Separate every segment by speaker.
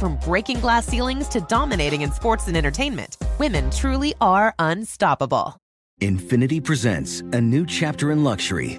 Speaker 1: From breaking glass ceilings to dominating in sports and entertainment, women truly are unstoppable.
Speaker 2: Infinity presents a new chapter in luxury,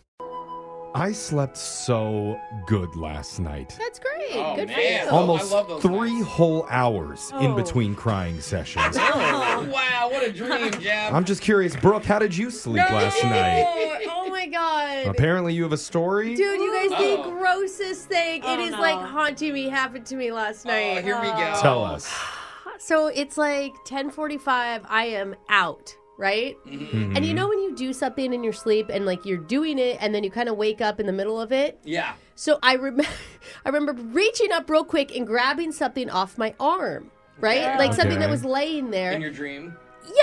Speaker 3: I slept so good last night.
Speaker 4: That's great.
Speaker 5: Oh,
Speaker 4: Good for
Speaker 5: man.
Speaker 4: you.
Speaker 5: Oh, I
Speaker 3: Almost
Speaker 5: love those
Speaker 3: three
Speaker 5: nights.
Speaker 3: whole hours
Speaker 4: Oh.
Speaker 3: in between crying sessions.
Speaker 5: wow, what a dream, Jeff.
Speaker 3: I'm just curious, Brooke, how did you sleep last night?
Speaker 4: Oh my god.
Speaker 3: Apparently, you have a story.
Speaker 6: Dude, you guys, the
Speaker 5: Oh.
Speaker 6: grossest thing. it is like haunting me happened to me last night.
Speaker 5: oh, here we go.
Speaker 3: Tell us.
Speaker 6: So it's like 10:45. I am out, right?
Speaker 5: Mm-hmm.
Speaker 4: And you know when you do something in your sleep and like you're doing it and then you kind of wake up in the middle of it?
Speaker 5: Yeah.
Speaker 4: So I remember I remember reaching up real quick and grabbing something off my arm, right? Like something that
Speaker 3: Okay.
Speaker 4: was laying there.
Speaker 5: In your dream.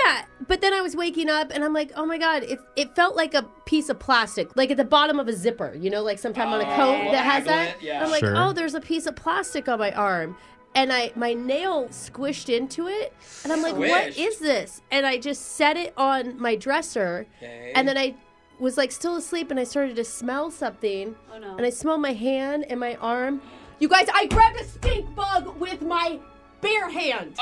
Speaker 4: Yeah, but then I was waking up and I'm like, oh my god, it it felt like a piece of plastic, like at the bottom of a zipper, you know, like sometime
Speaker 5: Oh,
Speaker 4: on a coat that has that.
Speaker 5: magnet, yeah.
Speaker 4: I'm like,
Speaker 3: Sure.
Speaker 4: oh, there's a piece of plastic on my arm. And I my nail squished into it, and I'm like, what
Speaker 5: Squished?
Speaker 4: is this? And I just set it on my dresser,
Speaker 5: Okay.
Speaker 4: and then I was like still asleep, and I started to smell something, and I smelled my hand and my arm. You guys, I grabbed a stink bug with my bare hand.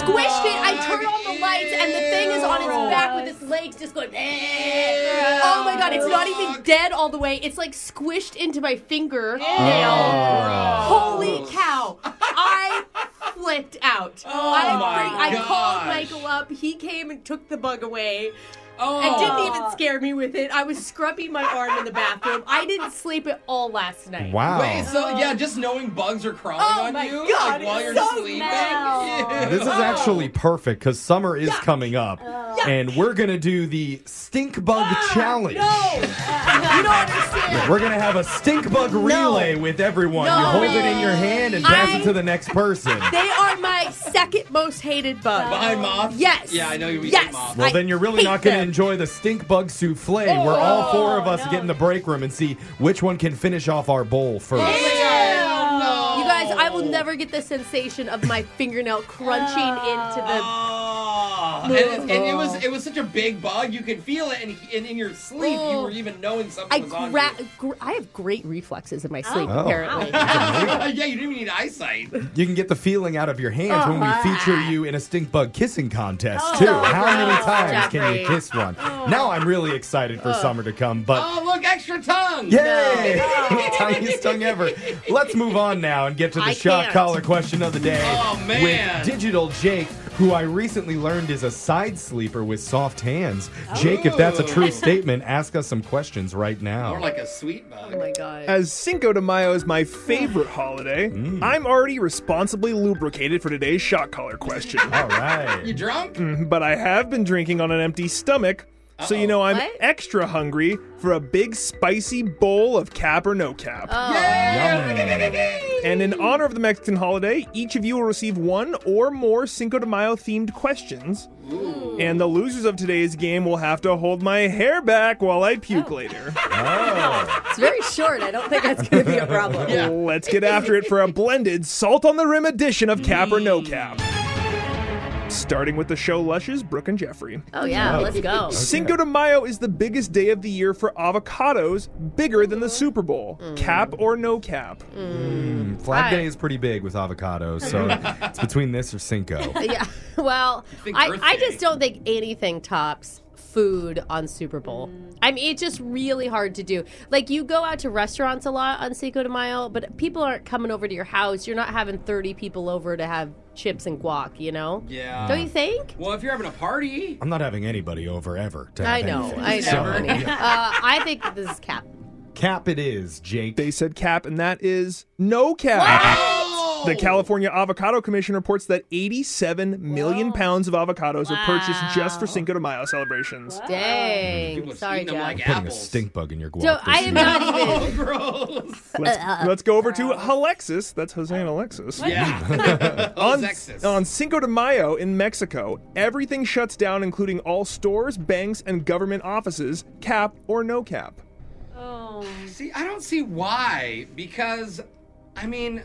Speaker 4: Squished it. I turn on the lights, and the thing is on its back with its legs just going. "Eh." Oh my god! It's not even dead all the way. It's like squished into my finger nail. Holy cow! I flipped out. I,
Speaker 5: Oh my
Speaker 4: I called
Speaker 5: gosh.
Speaker 4: Michael up. He came and took the bug away.
Speaker 5: Oh.
Speaker 4: And didn't even scare me with it. I was scrubbing my arm in the bathroom. I didn't sleep at all last night.
Speaker 3: Wow.
Speaker 5: Wait, so yeah, just knowing bugs are crawling
Speaker 4: Oh
Speaker 5: on
Speaker 4: my
Speaker 5: you
Speaker 4: God,
Speaker 5: like, while
Speaker 4: it's
Speaker 5: you're
Speaker 4: so
Speaker 5: sleeping.
Speaker 4: smell.
Speaker 5: Ew.
Speaker 3: This is actually
Speaker 5: Oh.
Speaker 3: perfect because summer is coming up, and we're gonna do the stink bug
Speaker 5: Ah,
Speaker 3: challenge.
Speaker 4: You don't understand.
Speaker 3: We're gonna have a stink bug relay with everyone. you
Speaker 4: No.
Speaker 3: hold it in your hand and pass
Speaker 4: I-
Speaker 3: it to the next person.
Speaker 4: They are my second most hated bug.
Speaker 5: behind moths.
Speaker 4: Yes.
Speaker 5: Yeah, I know you eat
Speaker 4: Yes. Oh
Speaker 5: moths.
Speaker 3: Well,
Speaker 4: I
Speaker 3: then you're really
Speaker 4: hate
Speaker 3: not going to
Speaker 4: them. Oh,
Speaker 3: enjoy the stink bug souffle where all four of us get in the break room and see which one can finish off our bowl first.
Speaker 5: Oh, no.
Speaker 4: You guys, I will never get the sensation of my fingernail crunching into the.
Speaker 5: Oh. And, it- and it was it was such a big bug, you could feel it, and, and in your sleep, you were even knowing something
Speaker 4: Oh. I
Speaker 5: was on
Speaker 4: gra-
Speaker 5: you.
Speaker 4: gr- I have great reflexes in my sleep.
Speaker 3: Oh.
Speaker 4: Apparently,
Speaker 5: yeah, you didn't even need eyesight.
Speaker 3: You can get the feeling out of your hands
Speaker 4: Oh
Speaker 3: when we feature you in a stink bug kissing contest, too. How many times can you
Speaker 4: Oh, Jeffrey. Oh.
Speaker 3: kiss one? Now I'm really excited for summer to come, but.
Speaker 5: Oh, look, extra tongue.
Speaker 3: Yay! Tiniest tongue ever. Let's move on now and get to the
Speaker 4: I
Speaker 3: shock
Speaker 4: can't.
Speaker 3: collar question of the day.
Speaker 5: Oh, man.
Speaker 3: With Digital Jake, who I recently learned is a side sleeper with soft hands. Jake, if
Speaker 4: Oh.
Speaker 3: that's a true statement, ask us some questions right now.
Speaker 5: More like a sweet bug.
Speaker 4: oh my god.
Speaker 7: As Cinco de Mayo is my favorite holiday, I'm already responsibly lubricated for today's shock collar question.
Speaker 3: All right.
Speaker 5: you drunk?
Speaker 7: but I have been drinking on an empty stomach, So you know I'm
Speaker 6: What?
Speaker 7: extra hungry for a big spicy bowl of cap or no cap.
Speaker 5: Oh.
Speaker 7: And in honor of the Mexican holiday, each of you will receive one or more Cinco de Mayo themed questions. And the losers of today's game will have to hold my hair back while I puke later.
Speaker 6: It's very short. I don't think that's going to be a problem.
Speaker 7: Let's get after it for a blended salt on the rim edition of Cap or
Speaker 6: Mm.
Speaker 7: No Cap. Starting with the show Lushes, Brooke and Jeffrey.
Speaker 6: Oh yeah, let's go.
Speaker 7: Cinco de Mayo is the biggest day of the year for avocados, bigger than the Super Bowl.
Speaker 6: Mm.
Speaker 7: Cap or no cap?
Speaker 3: Flag Day is pretty big with avocados, so it's between this or Cinco.
Speaker 4: Yeah. Well,
Speaker 5: think
Speaker 4: I,
Speaker 5: Earth
Speaker 4: I
Speaker 5: Day.
Speaker 4: just don't think anything tops food on Super Bowl.
Speaker 5: Mm.
Speaker 4: I mean, it's just really hard to do. Like, you go out to restaurants a lot on Cinco de Mayo, but people aren't coming over to your house. You're not having 30 people over to have chips and guac, you know?
Speaker 5: Yeah.
Speaker 4: Don't you think?
Speaker 5: Well, if you're having a party,
Speaker 3: I'm not having anybody over ever. To
Speaker 4: I
Speaker 3: have
Speaker 4: know.
Speaker 3: anything.
Speaker 4: I know.
Speaker 3: So,
Speaker 4: honey.
Speaker 3: yeah.
Speaker 4: Uh, I think this is cap.
Speaker 3: Cap it is, Jake.
Speaker 7: They said cap, and that is no cap. The California Avocado Commission reports that 87 million pounds of avocados are purchased just for Cinco de Mayo celebrations.
Speaker 4: Dang.
Speaker 5: people are
Speaker 4: Sorry,
Speaker 5: eating them
Speaker 4: Jack.
Speaker 5: like
Speaker 3: Putting a
Speaker 5: apples.
Speaker 3: stink bug in your guac.
Speaker 4: So
Speaker 3: this
Speaker 4: I am
Speaker 3: year.
Speaker 4: not even.
Speaker 5: Oh, gross.
Speaker 7: Let's, let's go over to Alexis. That's Jose and Alexis.
Speaker 5: Yeah.
Speaker 7: On,
Speaker 5: Alexis.
Speaker 7: on Cinco de Mayo in Mexico, everything shuts down, including all stores, banks, and government offices, cap or no cap.
Speaker 5: See, I don't see why because, I mean,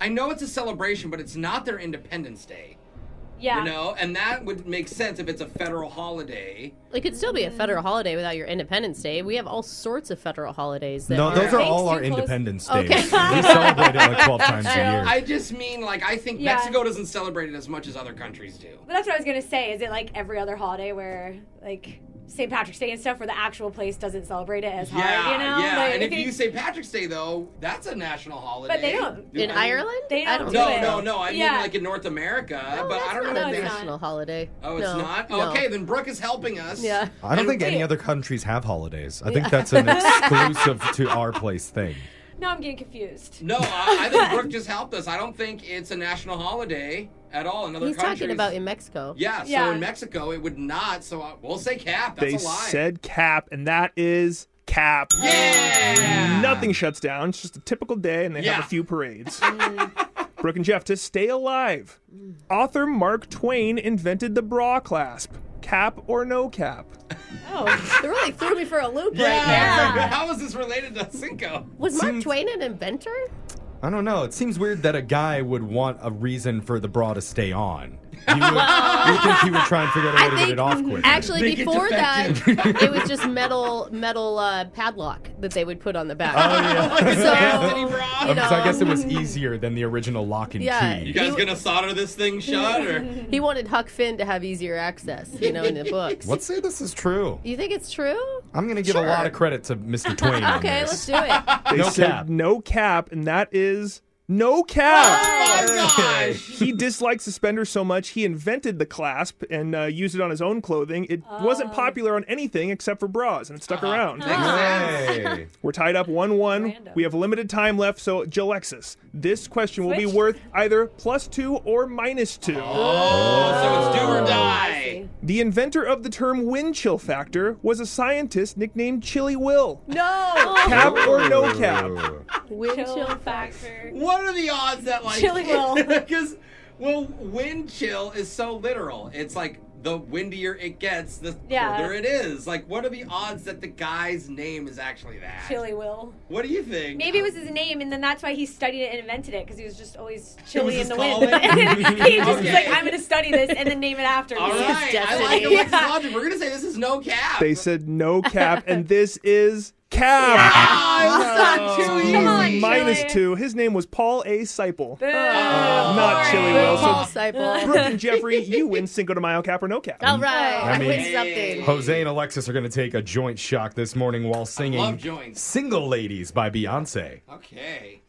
Speaker 5: I know it's a celebration, but it's not their Independence Day.
Speaker 8: Yeah.
Speaker 5: You know, and that would make sense if it's a federal holiday.
Speaker 4: It could still be a federal holiday without your Independence Day. We have all sorts of federal holidays. That
Speaker 3: No,
Speaker 4: aren't-
Speaker 3: those are
Speaker 8: Thanks,
Speaker 3: all our
Speaker 8: you're close.
Speaker 3: Independence Days. we celebrate it like 12 times a year.
Speaker 5: I just mean, like, I think
Speaker 8: Yeah.
Speaker 5: Mexico doesn't celebrate it as much as other countries do.
Speaker 8: But that's what I was gonna say. Is it like every other holiday where like St. Patrick's Day and stuff, where the actual place doesn't celebrate it as hard?
Speaker 5: Yeah,
Speaker 8: You know?
Speaker 5: yeah.
Speaker 8: Like,
Speaker 5: and if you say Patrick's Day, though, that's a national holiday.
Speaker 8: they don't.
Speaker 4: In Ireland?
Speaker 8: They
Speaker 4: I don't
Speaker 8: don't do
Speaker 4: know.
Speaker 8: it.
Speaker 5: No, no, no. I mean,
Speaker 8: Yeah.
Speaker 5: like in North America, but I
Speaker 4: That's
Speaker 5: don't know.
Speaker 4: not
Speaker 5: if
Speaker 4: a
Speaker 5: they-
Speaker 4: national holiday.
Speaker 5: Oh, it's
Speaker 4: No,
Speaker 5: not.
Speaker 4: no.
Speaker 5: Okay, then Brooke is helping us.
Speaker 4: Yeah.
Speaker 3: I don't think any other countries have holidays. I think that's an exclusive to our place thing.
Speaker 8: no, I'm getting confused.
Speaker 5: No, I, I think Brooke just helped us. I don't think it's a national holiday at all in other
Speaker 4: He's
Speaker 5: countries.
Speaker 4: talking about in Mexico.
Speaker 5: yeah, so
Speaker 8: Yeah.
Speaker 5: in Mexico it would not. So I, we'll say cap. That's
Speaker 7: They
Speaker 5: a lie.
Speaker 7: said cap, and that is cap.
Speaker 5: yeah.
Speaker 7: Nothing shuts down. It's just a typical day, and they have
Speaker 5: Yeah. Mm.
Speaker 7: a few parades. Brooke and Jeff, to stay alive, author Mark Twain invented the bra clasp. Cap or no cap?
Speaker 4: Oh, They really threw me for a loop right there.
Speaker 5: Yeah. How is this related to Cinco?
Speaker 4: Was Mark Twain an inventor?
Speaker 3: I don't know. It seems weird that a guy would want a reason for the bra to stay on. You would, you think he would try and figure out a way to get it off quick.
Speaker 4: actually
Speaker 5: Make it
Speaker 4: before that it was just metal metal uh, padlock that they would put on the back.
Speaker 5: Anthony
Speaker 4: So
Speaker 5: Brown?
Speaker 4: you know,
Speaker 3: so Oh, I guess it was easier than the original lock and
Speaker 4: Yeah.
Speaker 3: key.
Speaker 5: You guys gonna solder this thing shut or?
Speaker 4: he wanted Huck Finn to have easier access, you know, in the books.
Speaker 3: Let's say this is true.
Speaker 4: You think it's true?
Speaker 3: I'm going to give a lot of credit to Mr. Twain. on
Speaker 4: Okay, let's
Speaker 3: this.
Speaker 4: do it.
Speaker 7: They
Speaker 3: No
Speaker 7: said
Speaker 3: cap.
Speaker 7: no cap, and that is no cap.
Speaker 5: Oh gosh!
Speaker 7: He disliked suspenders so much he invented the clasp and uh, used it on his own clothing. It wasn't popular on anything except for bras, and it stuck around.
Speaker 3: Hey.
Speaker 7: We're tied up 1 1.
Speaker 8: Random.
Speaker 7: We have limited time left, so Jalexis, this question will be worth either plus two or minus two.
Speaker 5: Oh, So it's do or die.
Speaker 7: The inventor of the term wind chill factor was a scientist nicknamed Chilly Will.
Speaker 8: No.
Speaker 7: Cap or no cap?
Speaker 4: Wind
Speaker 8: Oh, Chill
Speaker 4: chill
Speaker 8: factor.
Speaker 5: What are the odds that like
Speaker 8: Chilly will.
Speaker 5: Because well, wind chill is so literal. It's like the windier it gets, the
Speaker 8: Yeah.
Speaker 5: colder it is. Like, what are the odds that the guy's name is actually that?
Speaker 8: Chili will.
Speaker 5: What do you think?
Speaker 8: Maybe it was his name, and then that's why he studied it and invented it because he was just always chilly in
Speaker 5: his
Speaker 8: the
Speaker 5: calling.
Speaker 8: wind. he just was
Speaker 5: Okay.
Speaker 8: like, "I'm going to study this and then name it after." me."
Speaker 5: All right, I like
Speaker 4: destiny.
Speaker 5: Alexis' logic. We're gonna say this is no cap.
Speaker 7: They said no cap, and this is cap.
Speaker 5: Ah, it's not too
Speaker 8: Oh. Come on, Chili.
Speaker 5: easy.
Speaker 7: Oh, Minus two. His name was Paul A. Seipel.
Speaker 8: Boo.
Speaker 7: Not Chilly Will.
Speaker 4: Paul
Speaker 7: So,
Speaker 4: Seipel.
Speaker 7: Brooke and Jeffrey, you win Cinco de Mayo, cap or no cap.
Speaker 4: All right,
Speaker 3: I
Speaker 4: I
Speaker 3: mean-
Speaker 4: win something.
Speaker 3: Jose and Alexis are going to take a joint shock this morning while singing
Speaker 5: love joints.
Speaker 3: Single Ladies by Beyonce.
Speaker 5: Okay.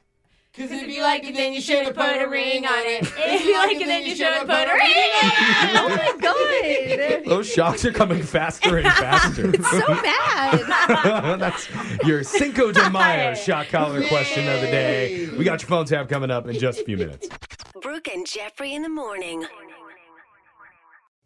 Speaker 5: Because
Speaker 8: If you like it, then you should have put a ring on it. If you like it, then you should have put a ring on Oh it.
Speaker 4: Oh my god.
Speaker 3: Those shocks are coming faster and faster.
Speaker 4: So bad.
Speaker 3: That's your Cinco de Mayo shock collar question of the day. We got your phone tab coming up in just a few minutes.
Speaker 9: Brooke and Jeffrey in the morning.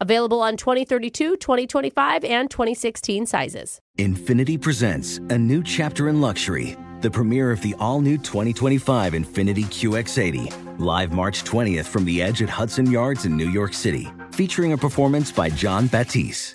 Speaker 4: Available on 2032, 2025, and 2016 sizes.
Speaker 2: Infinity presents a new chapter in luxury, the premiere of the all new 2025 Infinity QX80, live March 20th from the edge at Hudson Yards in New York City, featuring a performance by John Batisse.